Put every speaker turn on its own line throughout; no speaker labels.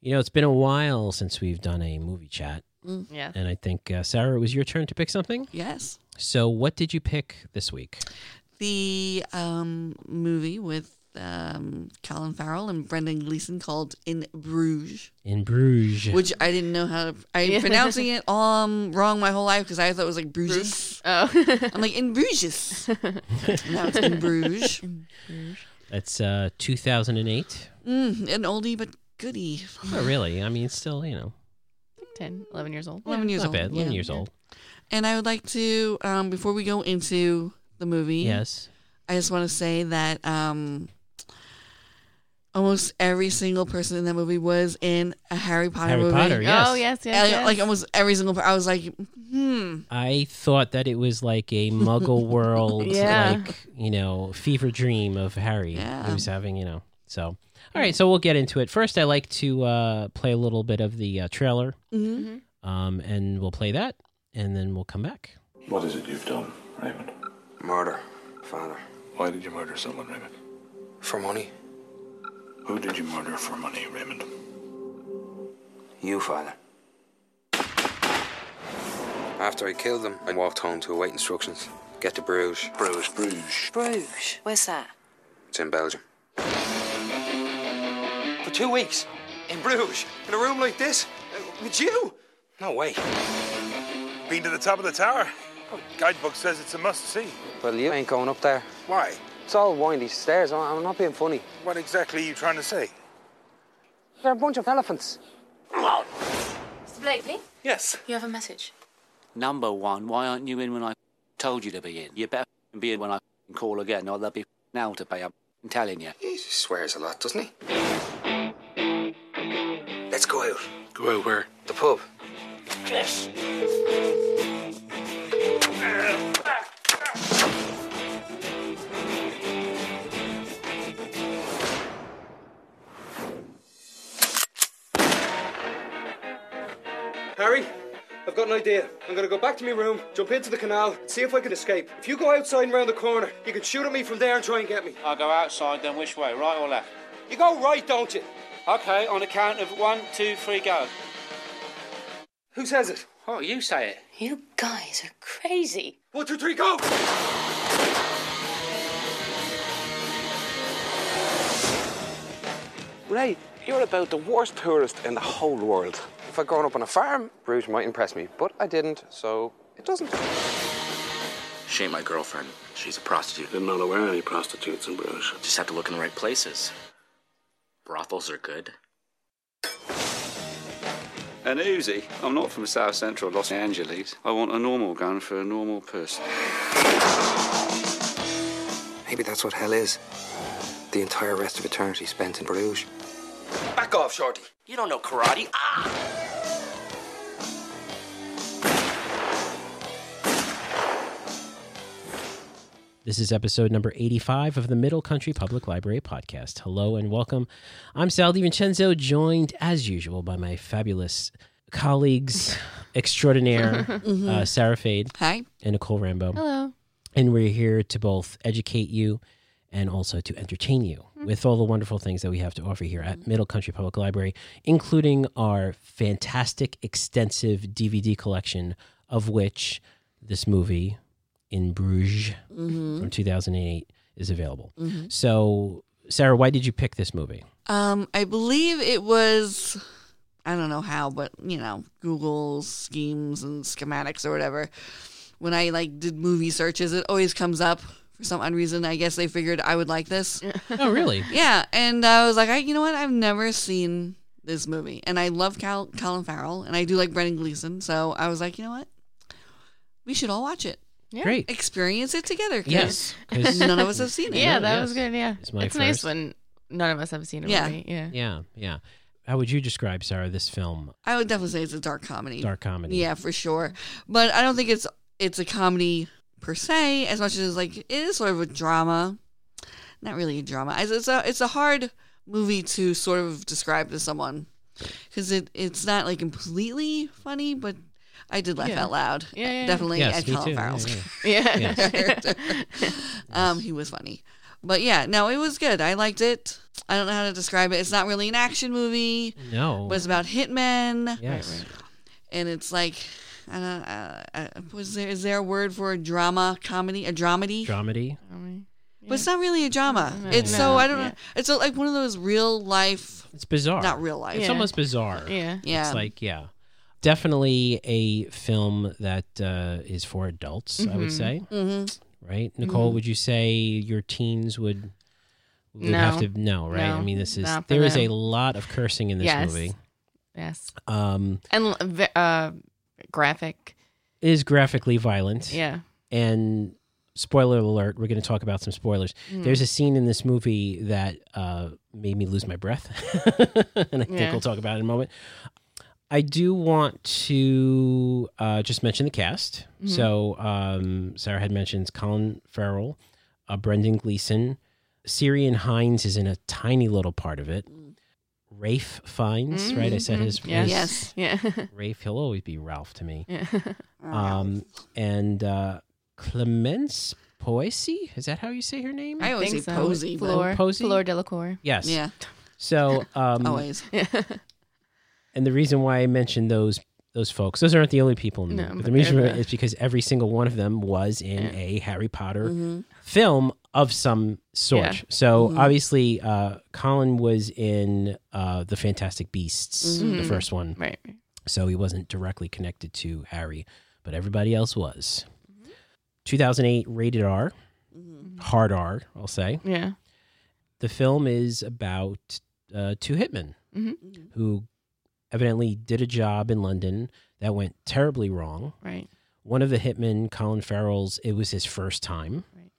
You know, it's been a while since we've done a movie chat,
Mm.
Yeah.
and I think uh, Sarah, it was your turn to pick something.
Yes.
So, what did you pick this week?
The um, movie with um, Colin Farrell and Brendan Gleeson called In Bruges,
In Bruges.
which I didn't know how to. I'm
Yeah.
pronouncing it um, wrong my whole life because I thought it was like Bruges.
Oh.
I'm like, In Bruges. now it's In Bruges.
That's uh, 2008.
Mm, an oldie but goodie.
Not Oh, really. I mean, it's still you know,
10, 11 years old.
11 years
not
old.
bad. 11
yeah.
years old.
And I would like to, um, before we go into the movie,
Yes.
I just want to say that um, almost every single person in that movie was in a Harry Potter
Harry
movie.
Potter. Yes. um,
Oh, yes, yes.
I-
yes.
Like almost every single. per- I was like, hmm.
I thought that it was like a Muggle world,
Yeah.
like you know, fever dream of Harry
Yeah.
who's having you know. So, all right, so we'll get into it. First, I like to uh, play a little bit of the uh, trailer,
Mhm.
um, and we'll play that, and then we'll come back.
What is it you've done, Raymond?
Murder, father.
Why did you murder someone, Raymond?
For money?
Who did you murder for money, Raymond?
You, father. After I killed them, I walked home to await instructions. Get to Bruges.
Bruce Bruges.
Bruges. Where's that?
It's in Belgium. For two weeks? In Bruges? In a room like this? Uh, With you? No way.
Been to the top of the tower? Oh, guidebook says it's a must see.
Well, you ain't going up there.
Why?
It's all windy stairs. I- I'm not being funny.
What exactly are you trying to say?
They're a bunch of elephants.
Mr. Blakely,
Yes.
you have a message.
Number one, why aren't you in when I told you to be in? You better be in when I call again, or there'll be now to pay. I'm telling you.
He swears a lot, doesn't he? Let's go out. Go out where? The pub.
Harry, I've got an idea. I'm gonna go back to my room, jump into the canal, and see if I can escape. If you go outside and round the corner, you can shoot at me from there and try and get me.
I'll go outside, then which way, right or left?
You go right, don't you?
Okay, on the count of one, two, three, go.
Who says it?
Oh, you say it.
You guys are crazy.
One, two, three, go!
Ray, you're about the worst tourist in the whole world. If I'd grown up on a farm, Bruges might impress me, but I didn't, so it doesn't.
She ain't my girlfriend. She's a prostitute.
Didn't know there were any prostitutes in Bruges.
Just have to look in the right places. Brothels are good.
An Uzi? I'm not from South Central Los Angeles. I want a normal gun for a normal person.
Maybe that's what hell is. The entire rest of eternity spent in Bruges.
Back off, Shorty.
You don't know karate. Ah!
This is episode number 85 of the Middle Country Public Library podcast. Hello and welcome. I'm Sal DiVincenzo, joined as usual by my fabulous colleagues extraordinaire, uh, Sarah Fade
Hi.
and Nicole Rambo.
Hello.
And we're here to both educate you and also to entertain you with all the wonderful things that we have to offer here at Middle Country Public Library, including our fantastic, extensive DVD collection, of which this movie in Bruges from 2008 is available. So, Sarah, why did you pick this movie?
Um, I believe it was. I don't know how, but you know, Google schemes and schematics or whatever. When I like did movie searches, it always comes up for some odd reason. I guess they figured I would like this.
Oh, really?
Yeah, and I was like, I, you know what? I've never seen this movie, and I love Cal- Colin Farrell, and I do like Brendan Gleeson. So I was like, you know what? We should all watch it,
Great.
experience it together.
Yes.
kids.
'cause-
none of us have seen it.
Yeah, that
yes.
was good. Yeah.
It's
It's,
my first.
nice when none of us have seen a
Yeah.
movie. Yeah.
yeah, yeah. How would you describe, Sarah, this film,
I would definitely say it's a dark comedy.
dark comedy?
Yeah, for sure. But I don't think it's it's a comedy per se as much as like it is sort of a drama. Not really a drama. It's, it's a it's a hard movie to sort of describe to someone because it it's not like completely funny, but I did laugh
Yeah.
out loud.
Yeah, yeah, yeah.
definitely
Yes,
at
me
Colin
too. Yeah,
Farrell's
yeah.
Yeah.
Yes.
character. um, he was funny. But yeah, no, it was good. I liked it. I don't know how to describe it. It's not really an action movie,
No.
but it's about hitmen,
yes.
and it's like, I don't. Uh, uh, was there is there a word for a drama comedy? A dramedy?
Dramedy.
But it's not really a drama.
No,
it's
no,
so I don't
yeah.
know. It's a, like one of those real life,
It's bizarre.
not real life.
It's
Yeah.
almost bizarre.
Yeah.
Yeah.
It's like, yeah. Definitely a film that uh, is for adults, I
Mm-hmm.
would say.
hmm
Right? Nicole, would you say your teens would would
No.
have to no, right? I
No,
mean this is
not for
there is a
them.
lot of cursing in this
Yes.
movie.
Yes.
Um
And l- ve- uh, graphic.
it is graphically violent.
Yeah.
and spoiler alert we're going to talk about some spoilers
Mm.
there's a scene in this movie that uh, made me lose my breath and i think
Yeah.
we'll talk about it in a moment i do want to uh, just mention the cast
Mm-hmm.
so um, sarah had mentioned colin farrell uh, brendan gleeson syrian hines is in a tiny little part of it rafe fines right i said his,
Mm. Mm-hmm.
his-
Yes.
Yes.
Yeah.
rafe he'll always be ralph to me
Oh, yeah.
um, and uh, Clemence Poesy. Is that how you say her name?
I always say
Think so.
posy, but
Floor.
Posey?
Floor Delacour.
yes.
yeah,
So,
Oh,
um,
always.
Yeah.
and the reason why I mentioned those those folks, those aren't the only people. In the
No,
movie, but
but
the reason
they're the-
is because every single one of them was in
Yeah. Mm-hmm.
a Harry Potter
hmm
film of some sort.
Yeah. Mm-hmm.
So
Mhm.
obviously, uh, Colin was in uh, the Fantastic Beasts, the
Mhm.
first one.
Right.
So he wasn't directly connected to Harry, but everybody else was. 2008 rated R. hard R, I'll say.
Yeah.
The film is about uh, two hitmen
Mhm.
who evidently did a job in London that went terribly wrong.
Right.
One of the hitmen, Colin Farrell's, it was his first time.
Right.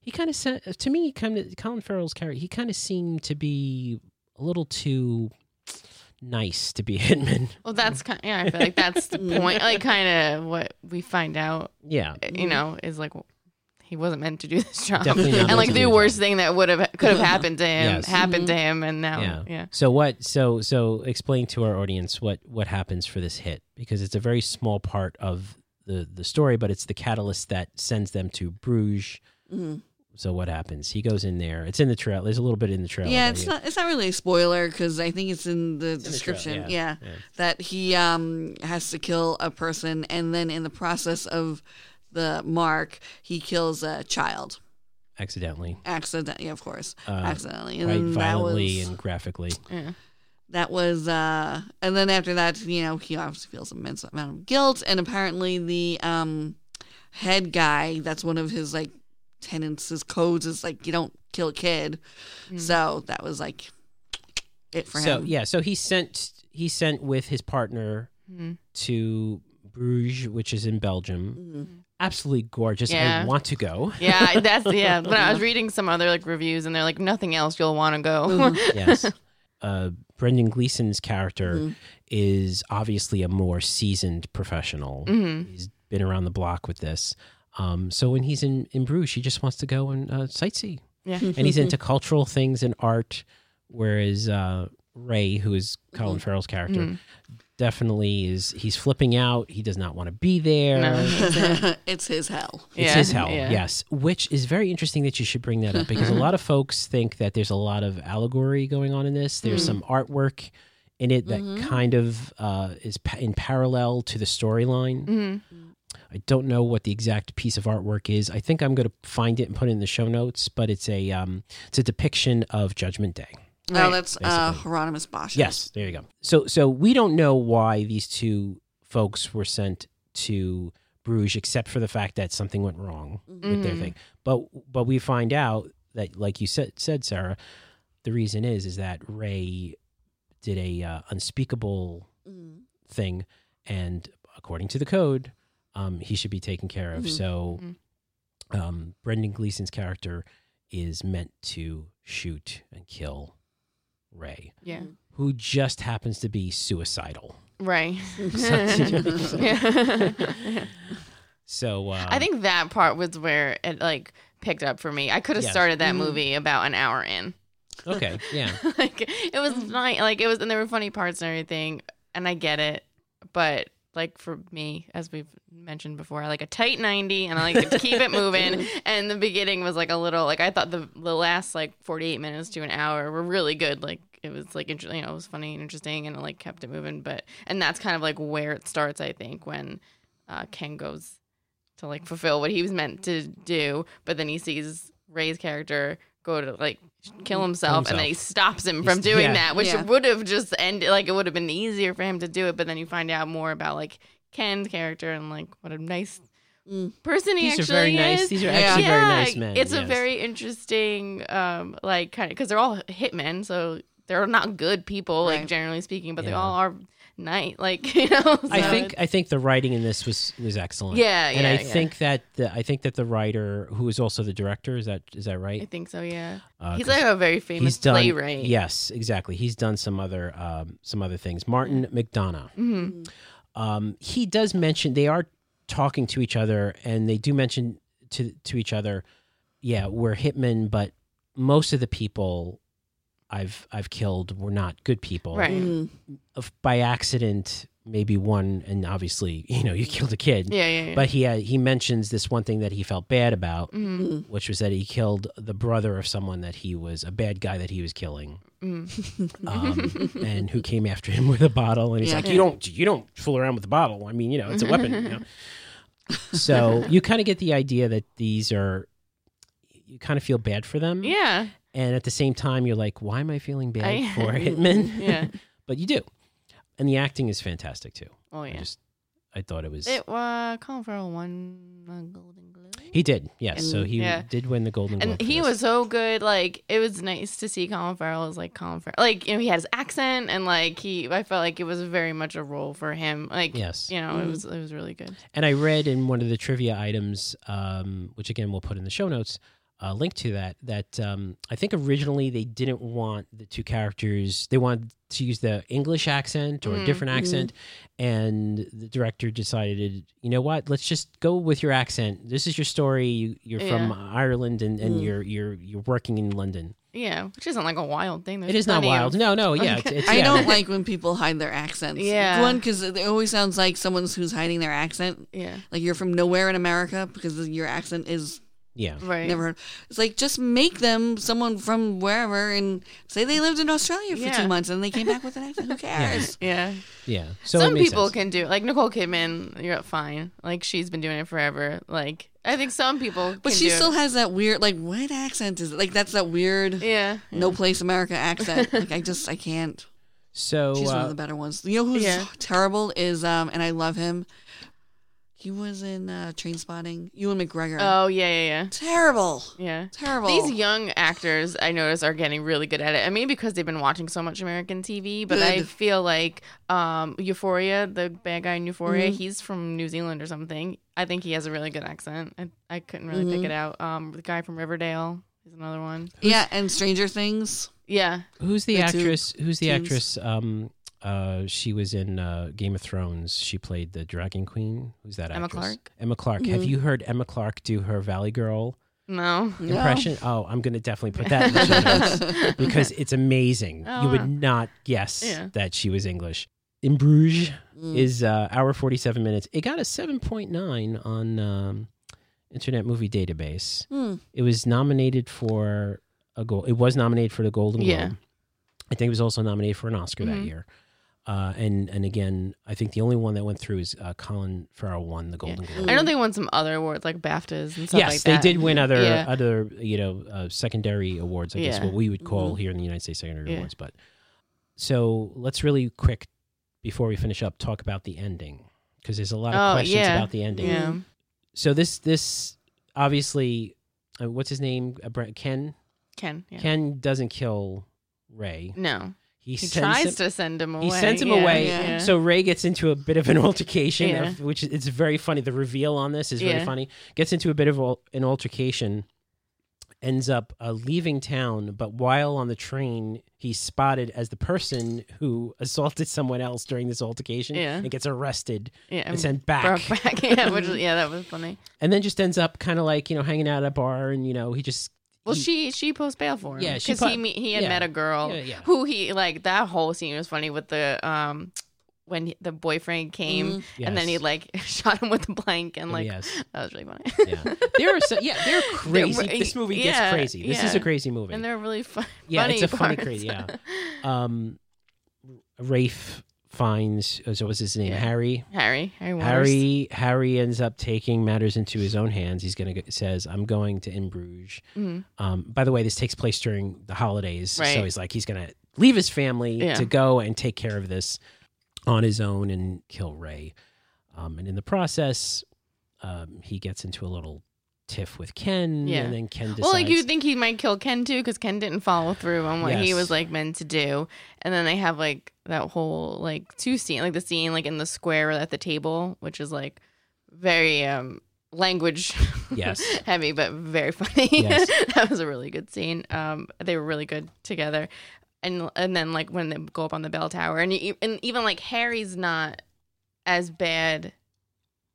He kind of said to me, kind of Colin Farrell's character, he kind of seemed to be a little too nice to be a hitman.
Well, that's kind. yeah, I feel like that's the
Mm.
point. Like, kind of what we find out.
Yeah,
You know, is like he wasn't meant to do this job.
Mm-hmm. Definitely not meant
and like
to do
the
this
worst thing that would have could have happened to him
Yes.
happened to him, and now
yeah,
Oh, yeah.
So what? So so explain to our audience what what happens for this hit because it's a very small part of the the story, but it's the catalyst that sends them to Bruges.
Mhm.
So what happens? He goes in there. It's in the trail. There's a little bit in the trail.
Yeah, it's not. It's not really a spoiler because I think it's in the description. yeah. that he um has to kill a person and then in the process of the mark he kills a child
accidentally,
accidentally of course
Uh,
accidentally and
quite
then that
violently
was
and graphically.
that was uh and then after that you know he obviously feels immense amount of guilt and apparently the um head guy that's one of his like tenants his codes is like you don't kill a kid
Mm.
so that was like it for
so
him
yeah, so he sent he sent with his partner
Mhm.
to Bruges, which is in Belgium.
Mhm.
Absolutely gorgeous. I
Yeah.
want to go.
Yeah, that's yeah. But I was reading some other like reviews, and they're like, nothing else. You'll want to go.
Mm-hmm.
Mhm.
yes. Uh, Brendan Gleeson's character
Mm-hmm.
Mhm.
is obviously a more seasoned professional.
hmm
He's been around the block with this. Um, so when he's in, in Bruges, he just wants to go and uh, sightsee.
Yeah.
And he's into cultural things and art, whereas uh, Ray, who is Colin Farrell's character,
Mhm.
definitely is, he's flipping out. He does not want to be there.
No, that's it.
it's his hell
It's
Yeah,
his hell,
yeah.
yes. Which is very interesting that you should bring that up because a lot of folks think that there's a lot of allegory going on in this. There's
Hmm.
some artwork in it that
Mm-hmm.
kind of uh, is pa- in parallel to the storyline.
Mhm.
I don't know what the exact piece of artwork is. I think I'm going to find it and put it in the show notes, but it's a um, it's a depiction of Judgment Day.
no that's uh
basically.
hieronymus bosch
Yes, there you go. So so we don't know why these two folks were sent to Bruges except for the fact that something went wrong with their
Mhm.
thing. But but we find out that like you said said Sarah, the reason is is that Ray did a uh, unspeakable
Mhm.
thing and according to the code, um, he should be taken care of.
Mhm.
So
Mhm.
um, Brendan Gleason's character is meant to shoot and kill Ray
yeah.
who just happens to be suicidal.
Right.
So-
yeah.
So uh,
I think that part was where it like picked up for me. I could have
Yes.
started that
Mhm.
movie about an hour in.
okay, yeah,
like it was fine. Like it was, and there were funny parts and everything, and I get it, but like for me, as we've mentioned before, I like a tight 90 and I like to keep it moving. And the beginning was like a little, like I thought the, the last like 48 minutes to an hour were really good. Like it was like, inter- you know, it was funny and interesting and it like kept it moving. But, and that's kind of like where it starts, I think, when uh, Ken goes to like fulfill what he was meant to do. But then he sees Ray's character go to like kill himself, and then he stops him from
He's-
doing
yeah.
that, which
Yeah.
would have just ended like it would have been easier for him to do it. But then you find out more about like Ken's character and like what a nice
Mm.
person he
These are
actually
very
is.
nice- these are actually very nice men,
It's a
yes.
very interesting, um, like kind of because they're all hitmen, so they're not good people, like
Right.
generally speaking, but they
Yeah.
all are nice, like you know.
I
so
think I think the writing in this was was excellent.
Yeah,
and
yeah,
I
yeah.
think that the, I think that the writer, who is also the director, is that is that
I
right?
think so. Yeah,
Uh,
he's
'cause
like a very famous
he's done,
playwright.
Yes, exactly. He's done some other um, some other things. Martin McDonough.
hmm
Um, he does mention they are talking to each other, and they do mention to to each other, yeah, we're hitmen, but most of the people I've I've killed were not good people.
Right.
Mm.
Of- by accident, maybe one, and obviously, you know, you killed a kid.
Yeah, yeah, yeah.
But he had, he mentions this one thing that he felt bad about,
Mhm.
which was that he killed the brother of someone that he was a bad guy that he was killing,
Mm.
um, and who came after him with a bottle. And he's
Yeah.
like, "You don't you don't fool around with the bottle. I mean, you know, it's a weapon." You know? so you kind of get the idea that these are. You kind of feel bad for them,
Yeah.
and at the same time, you're like, "Why am I feeling bad
I-
for Hitman?"
Yeah.
but you do, and the acting is fantastic too.
Oh
I
yeah.
just, I thought it was.
It uh, Colin Farrell won a Golden Globe.
He did, yes. so he
Yeah.
did win the Golden Globe.
and
for
he
this.
was so good. Like it was nice to see Colin Farrell as like Colin Farrell. Like you know he had his accent and like he. I felt like it was very much a role for him. Like
Yes.
you know it was it was really good.
And I read in one of the trivia items, um, which again we'll put in the show notes, a link to that. That um, I think originally they didn't want the two characters; they wanted to use the English accent or
Mm-hmm.
a different accent. And the director decided, you know what? Let's just go with your accent. This is your story. You, you're from Ireland, and,
Mm.
and you're you're you're working in London.
Yeah, which isn't like a wild thing. There's
it is not
plenty
wild.
of-
No, no, yeah. It's, it's,
I
yeah.
don't like when people hide their accents.
Yeah.
One, because it always sounds like someone's who's hiding their accent.
Yeah.
Like you're from nowhere in America because your accent is
Yeah.
Right.
never heard. It's like just make them someone from wherever and say they lived in Australia for
Yeah.
two months and they came back with an accent. Who cares?
Yeah.
Yeah. So it
some
made
people
sense.
can do it. Like Nicole Kidman, you're fine. Like she's been doing it forever. Like I think some people.
But
can
she
do it.
still has that weird, like, what accent is it? Like, that's that weird,
Yeah.
no place America accent. like, I just, I can't.
So
She's one
uh,
of the better ones. You know who's
Yeah.
terrible is, um, and I love him. He was in uh, Train Spotting. Ewan McGregor.
Oh yeah, yeah, yeah.
terrible.
Yeah.
Terrible.
These young actors, I notice, are getting really good at it. I mean, because they've been watching so much American TV, but I
Good.
feel like um, Euphoria, the bad guy in Euphoria,
Mm-hmm.
he's from New Zealand or something. I think he has a really good accent. I, I couldn't really
Mm-hmm.
pick it out. Um, the guy from Riverdale is another one.
yeah, and Stranger Things.
Yeah.
Who's the,
The two
actress? Who's the
teams.
actress? Um, uh, she was in uh, Game of Thrones. She played the Dragon Queen. Who's that
Emma
actress?
Clarke?
Emma Clark. Have you heard Emma Clark do her Valley Girl
No.
impression? Oh, I'm going to definitely put that in the show notes because it's amazing.
Oh,
you would
wow.
not guess
Yeah.
that she was English. In Bruges
Mm.
is uh, hour 47 minutes. It got a 7.9 on um, Internet Movie Database.
Hmm.
It was nominated for a goal. It was nominated for the Golden Globe.
Yeah. Mm-hmm.
I think it was also nominated for an Oscar that year. Uh, and and again, I think the only one that went through is uh, Colin Farrell won the Golden Globe.
I know they won some other awards like BAFTAs and
Mm-hmm.
stuff
Yes,
like
they
that.
did win other
Yeah.
other you know uh, secondary awards. I guess
Yeah. Mm-hmm.
what we would call here in the United States secondary
Yeah.
awards. But so let's really quick before we finish up talk about the ending because there's a lot of
Oh,
questions
yeah.
about the ending.
Yeah.
So this this obviously uh, what's his name Uh, Brent- Ken
Ken. Yeah.
Ken doesn't kill Ray.
No.
He,
He
sends
tries
him-
to send him away.
He sends him
Yeah,
away.
yeah.
yeah.
So Ray gets into a bit of an altercation,
Yeah.
of- which is, it's very funny. The reveal on this is very
Yeah.
funny. Gets into a bit of al- an altercation, ends up uh, leaving town, but while on the train, he's spotted as the person who assaulted someone else during this altercation
Yeah.
and gets arrested
Yeah,
and
and
sent
Brought back. Yeah, which is- yeah, that was funny.
And then just ends up kind of like, you know, hanging out at a bar and, you know, he just
Well, she she post bail for him.
Yeah, she
because
po-
he me- he had
yeah.
met a girl
Yeah, yeah.
who he like that whole scene was funny with the um when the boyfriend came and then
Mm-hmm. Yes.
he like shot him with a blank and like
yes.
that was really funny.
Yeah. There are so, yeah, they're crazy.
were-
this movie gets
yeah,
crazy. This is a
yeah.
crazy movie.
and they're really fun.
yeah,
funny
it's a funny
parts.
crazy. Yeah. Um, Rafe finds. uh, So what's his name?
Yeah.
Harry.
Harry, Harry, Waters.
Harry Harry ends up taking matters into his own hands. He's gonna go, says, "I'm going to in Bruges."
Mhm.
Um, by the way, this takes place during the holidays, so
Right.
he's like he's gonna leave his family
Yeah.
to go and take care of this on his own and kill Ray. Um, and in the process, um, he gets into a little tiff with Ken,
Yeah.
and then Ken decides.
Well, like you think he might kill Ken too, because Ken didn't follow through on what he
Yes.
was like meant to do, and then they have like that whole like two scene, like the scene like in the square at the table, which is like very um language
Yes.
heavy, but very funny.
Yes.
that was a really good scene. Um, they were really good together, and and then like when they go up on the bell tower, and you, and even like Harry's not as bad.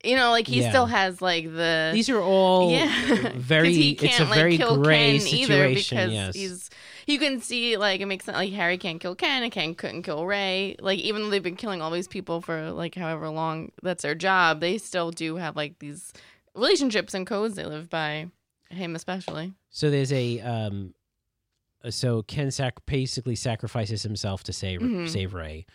You know, like he
Yeah.
still has like the
these are all
yeah, Oh, 'Cause
very.
he
it's a
can't, like,
very
kill
gray
Ken either
situation.
because
yes.
he's you can see like it makes sense like Harry can't kill Ken and Ken couldn't kill Ray. Like even though they've been killing all these people for like however long that's their job, they still do have like these relationships and codes they live by. Him especially.
So there's a um, so Ken sac- basically sacrifices himself to save
Mhm.
save Ray,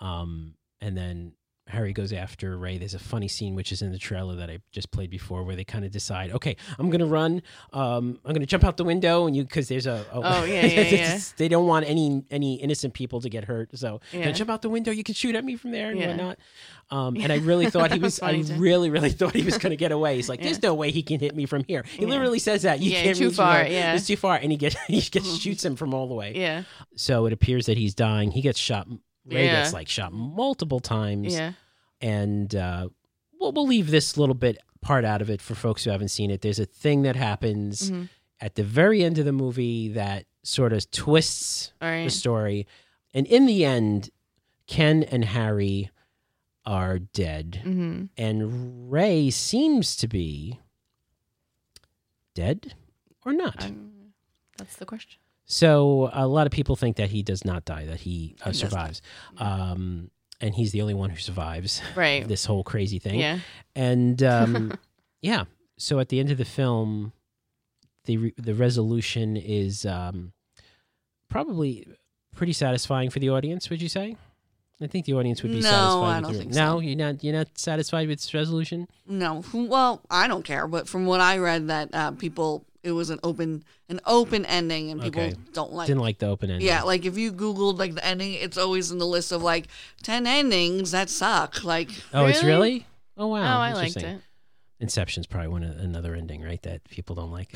um, and then Harry goes after Ray. There's a funny scene which is in the trailer that I just played before, where they kind of decide, okay, I'm gonna run, um, I'm gonna jump out the window, and you because there's a, a
Oh, yeah, yeah, yeah.
they don't want any any innocent people to get hurt, so "Now
Yeah.
jump out the window, you can shoot at me from there and
Yeah.
whatnot. Um, and I really thought he
That was
was, I
funny, too.
really really thought he was gonna get away. He's like, there's no way he can hit me from here. He
Yeah.
literally says that you
Yeah,
can't
too
reach
far,
him.
yeah.
it's too far, and he gets he gets shoots him from all the way.
Yeah.
So it appears that he's dying. He gets shot. Ray
Yeah.
gets like shot multiple times,
Yeah.
and uh, we'll we'll leave this little bit part out of it for folks who haven't seen it. There's a thing that happens
Mhm.
at the very end of the movie that sort of twists
All
the
right.
story, and in the end, Ken and Harry are dead,
Mm-hmm.
and Ray seems to be dead or not.
That's the question.
So a lot of people think that he does not die, that he uh,
He doesn't.
survives, um, and he's the only one who survives
Right.
this whole crazy thing.
Yeah.
And um, yeah, so at the end of the film, the re- the resolution is um, probably pretty satisfying for the audience. Would you say? I think the audience would be
No,
satisfied.
I
with
don't
the-
think
no,
so.
you're not. You're not satisfied with its resolution.
No, well, I don't care, but from what I read, that uh, people it was an open an open ending, and people
Okay.
don't like.
Didn't like the open end.
yeah, like if you googled like the ending, it's always in the list of like ten endings that suck. Like
Oh, it's
Really?
really. Oh
Oh,
wow.
I liked
Interesting.
it.
Inception's probably one another ending, right? That people don't like.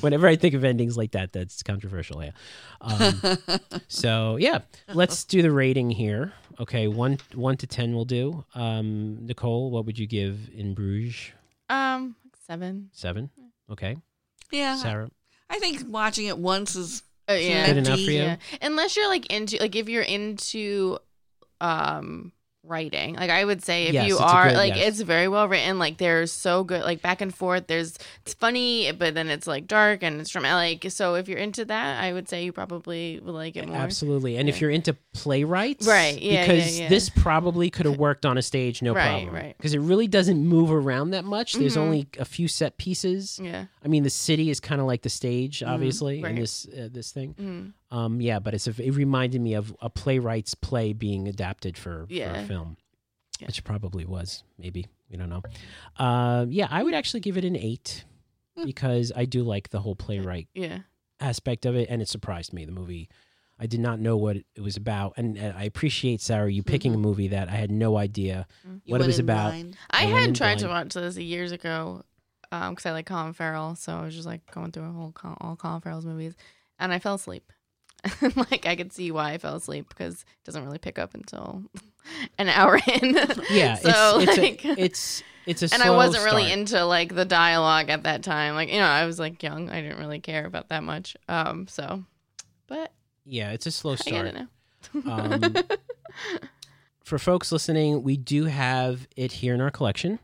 Whenever I think of endings like that, that's controversial. Yeah. Um, so yeah, let's do the rating here. Okay, one one to ten will do. Um, Nicole, what would you give in Bruges?
Um seven.
Seven.
Hmm.
Okay,
Uh,
yeah,
Sarah.
I think watching it once is
Oh yeah.
Good enough for
Empty,
you?
Yeah. Unless you're like into like if you're into um writing. Like I would say if
Yes,
you
it's a
are
good-
like
yes.
it's very well written. Like they're so good like back and forth. There's it's funny but then it's like dark and it's from like so if you're into that I would say you probably would like it more.
Absolutely. And if
Yeah.
you're into playwrights,
Right, yeah, yeah,
because
yeah.
this probably could have worked on a stage, no
Right,
problem.
right.
Because it really doesn't move around that much. There's
Mhm.
only a few set pieces.
Yeah.
I mean, the city is kind of like the stage, obviously, in
Mm-hmm. right.
this uh, this thing.
Mm.
Um, yeah, but it's a, it reminded me of a playwright's play being adapted for, for
Yeah.
a film,
Yeah.
which probably was maybe we don't know. Um, yeah, I would actually give it an eight
Hmm.
because I do like the whole playwright
Yeah.
aspect of it, and it surprised me. The movie, I did not know what it was about, and uh, I appreciate Sarah you picking a
Mm-hmm.
movie that I had no idea
you
what it
went
was
in
about.
blind.
I
I
had
went
tried to
blind.
watch this years ago um cuz I like Colin Farrell, so I was just like going through a whole Col- all Colin Farrell's movies and I fell asleep. like I could see why I fell asleep because it doesn't really pick up until an hour in.
Yeah,
so
it's,
like
it's, a, it's it's a
and I
slow
wasn't really
start.
into like the dialogue at that time. Like, you know, I was like young. I didn't really care about that much. Um, so but
Yeah, it's a slow
I get
start.
it now.
Um, for folks listening, we do have it here in our collection.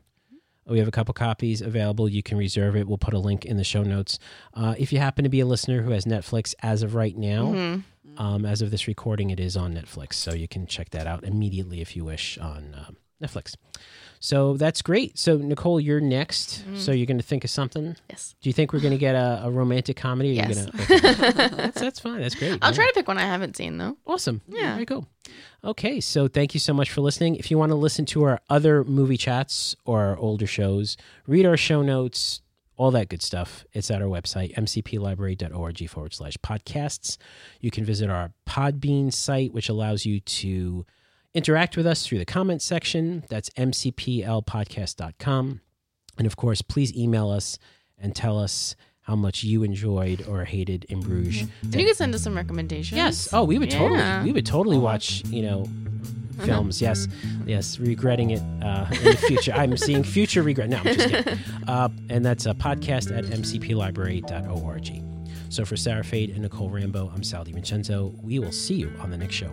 We have a couple copies available. You can reserve it. We'll put a link in the show notes. Uh, if you happen to be a listener who has Netflix as of right now,
Mm-hmm.
um, as of this recording, it is on Netflix. So you can check that out immediately if you wish on um, Netflix. So that's great. So, Nicole, you're next.
Mm-hmm.
So you're going to think of something?
Yes.
Do you think we're going to get a, a romantic comedy? Or
Yes.
You're gonna, okay. that's, that's fine. That's great.
I'll
Yeah.
try to pick one I haven't seen though.
Awesome.
Yeah.
Very cool. Okay. So thank you so much for listening. If you want to listen to our other movie chats or our older shows, read our show notes, all that good stuff. It's at our website, mcplibrary.org forward slash podcasts. You can visit our Podbean site, which allows you to interact with us through the comments section. That's mcplpodcast.com. And of course, please email us and tell us how much you enjoyed or hated in Bruges.
And you can send us some recommendations.
Yes. Oh, we would totally
Yeah.
we would totally watch, you know, films. Yes. Yes, regretting it uh, in the future. I'm seeing future regret. No, I'm just kidding. Uh, and that's a podcast at mcplibrary.org. So for Sarah Fade and Nicole Rambo, I'm Sal DiVincenzo. We will see you on the next show.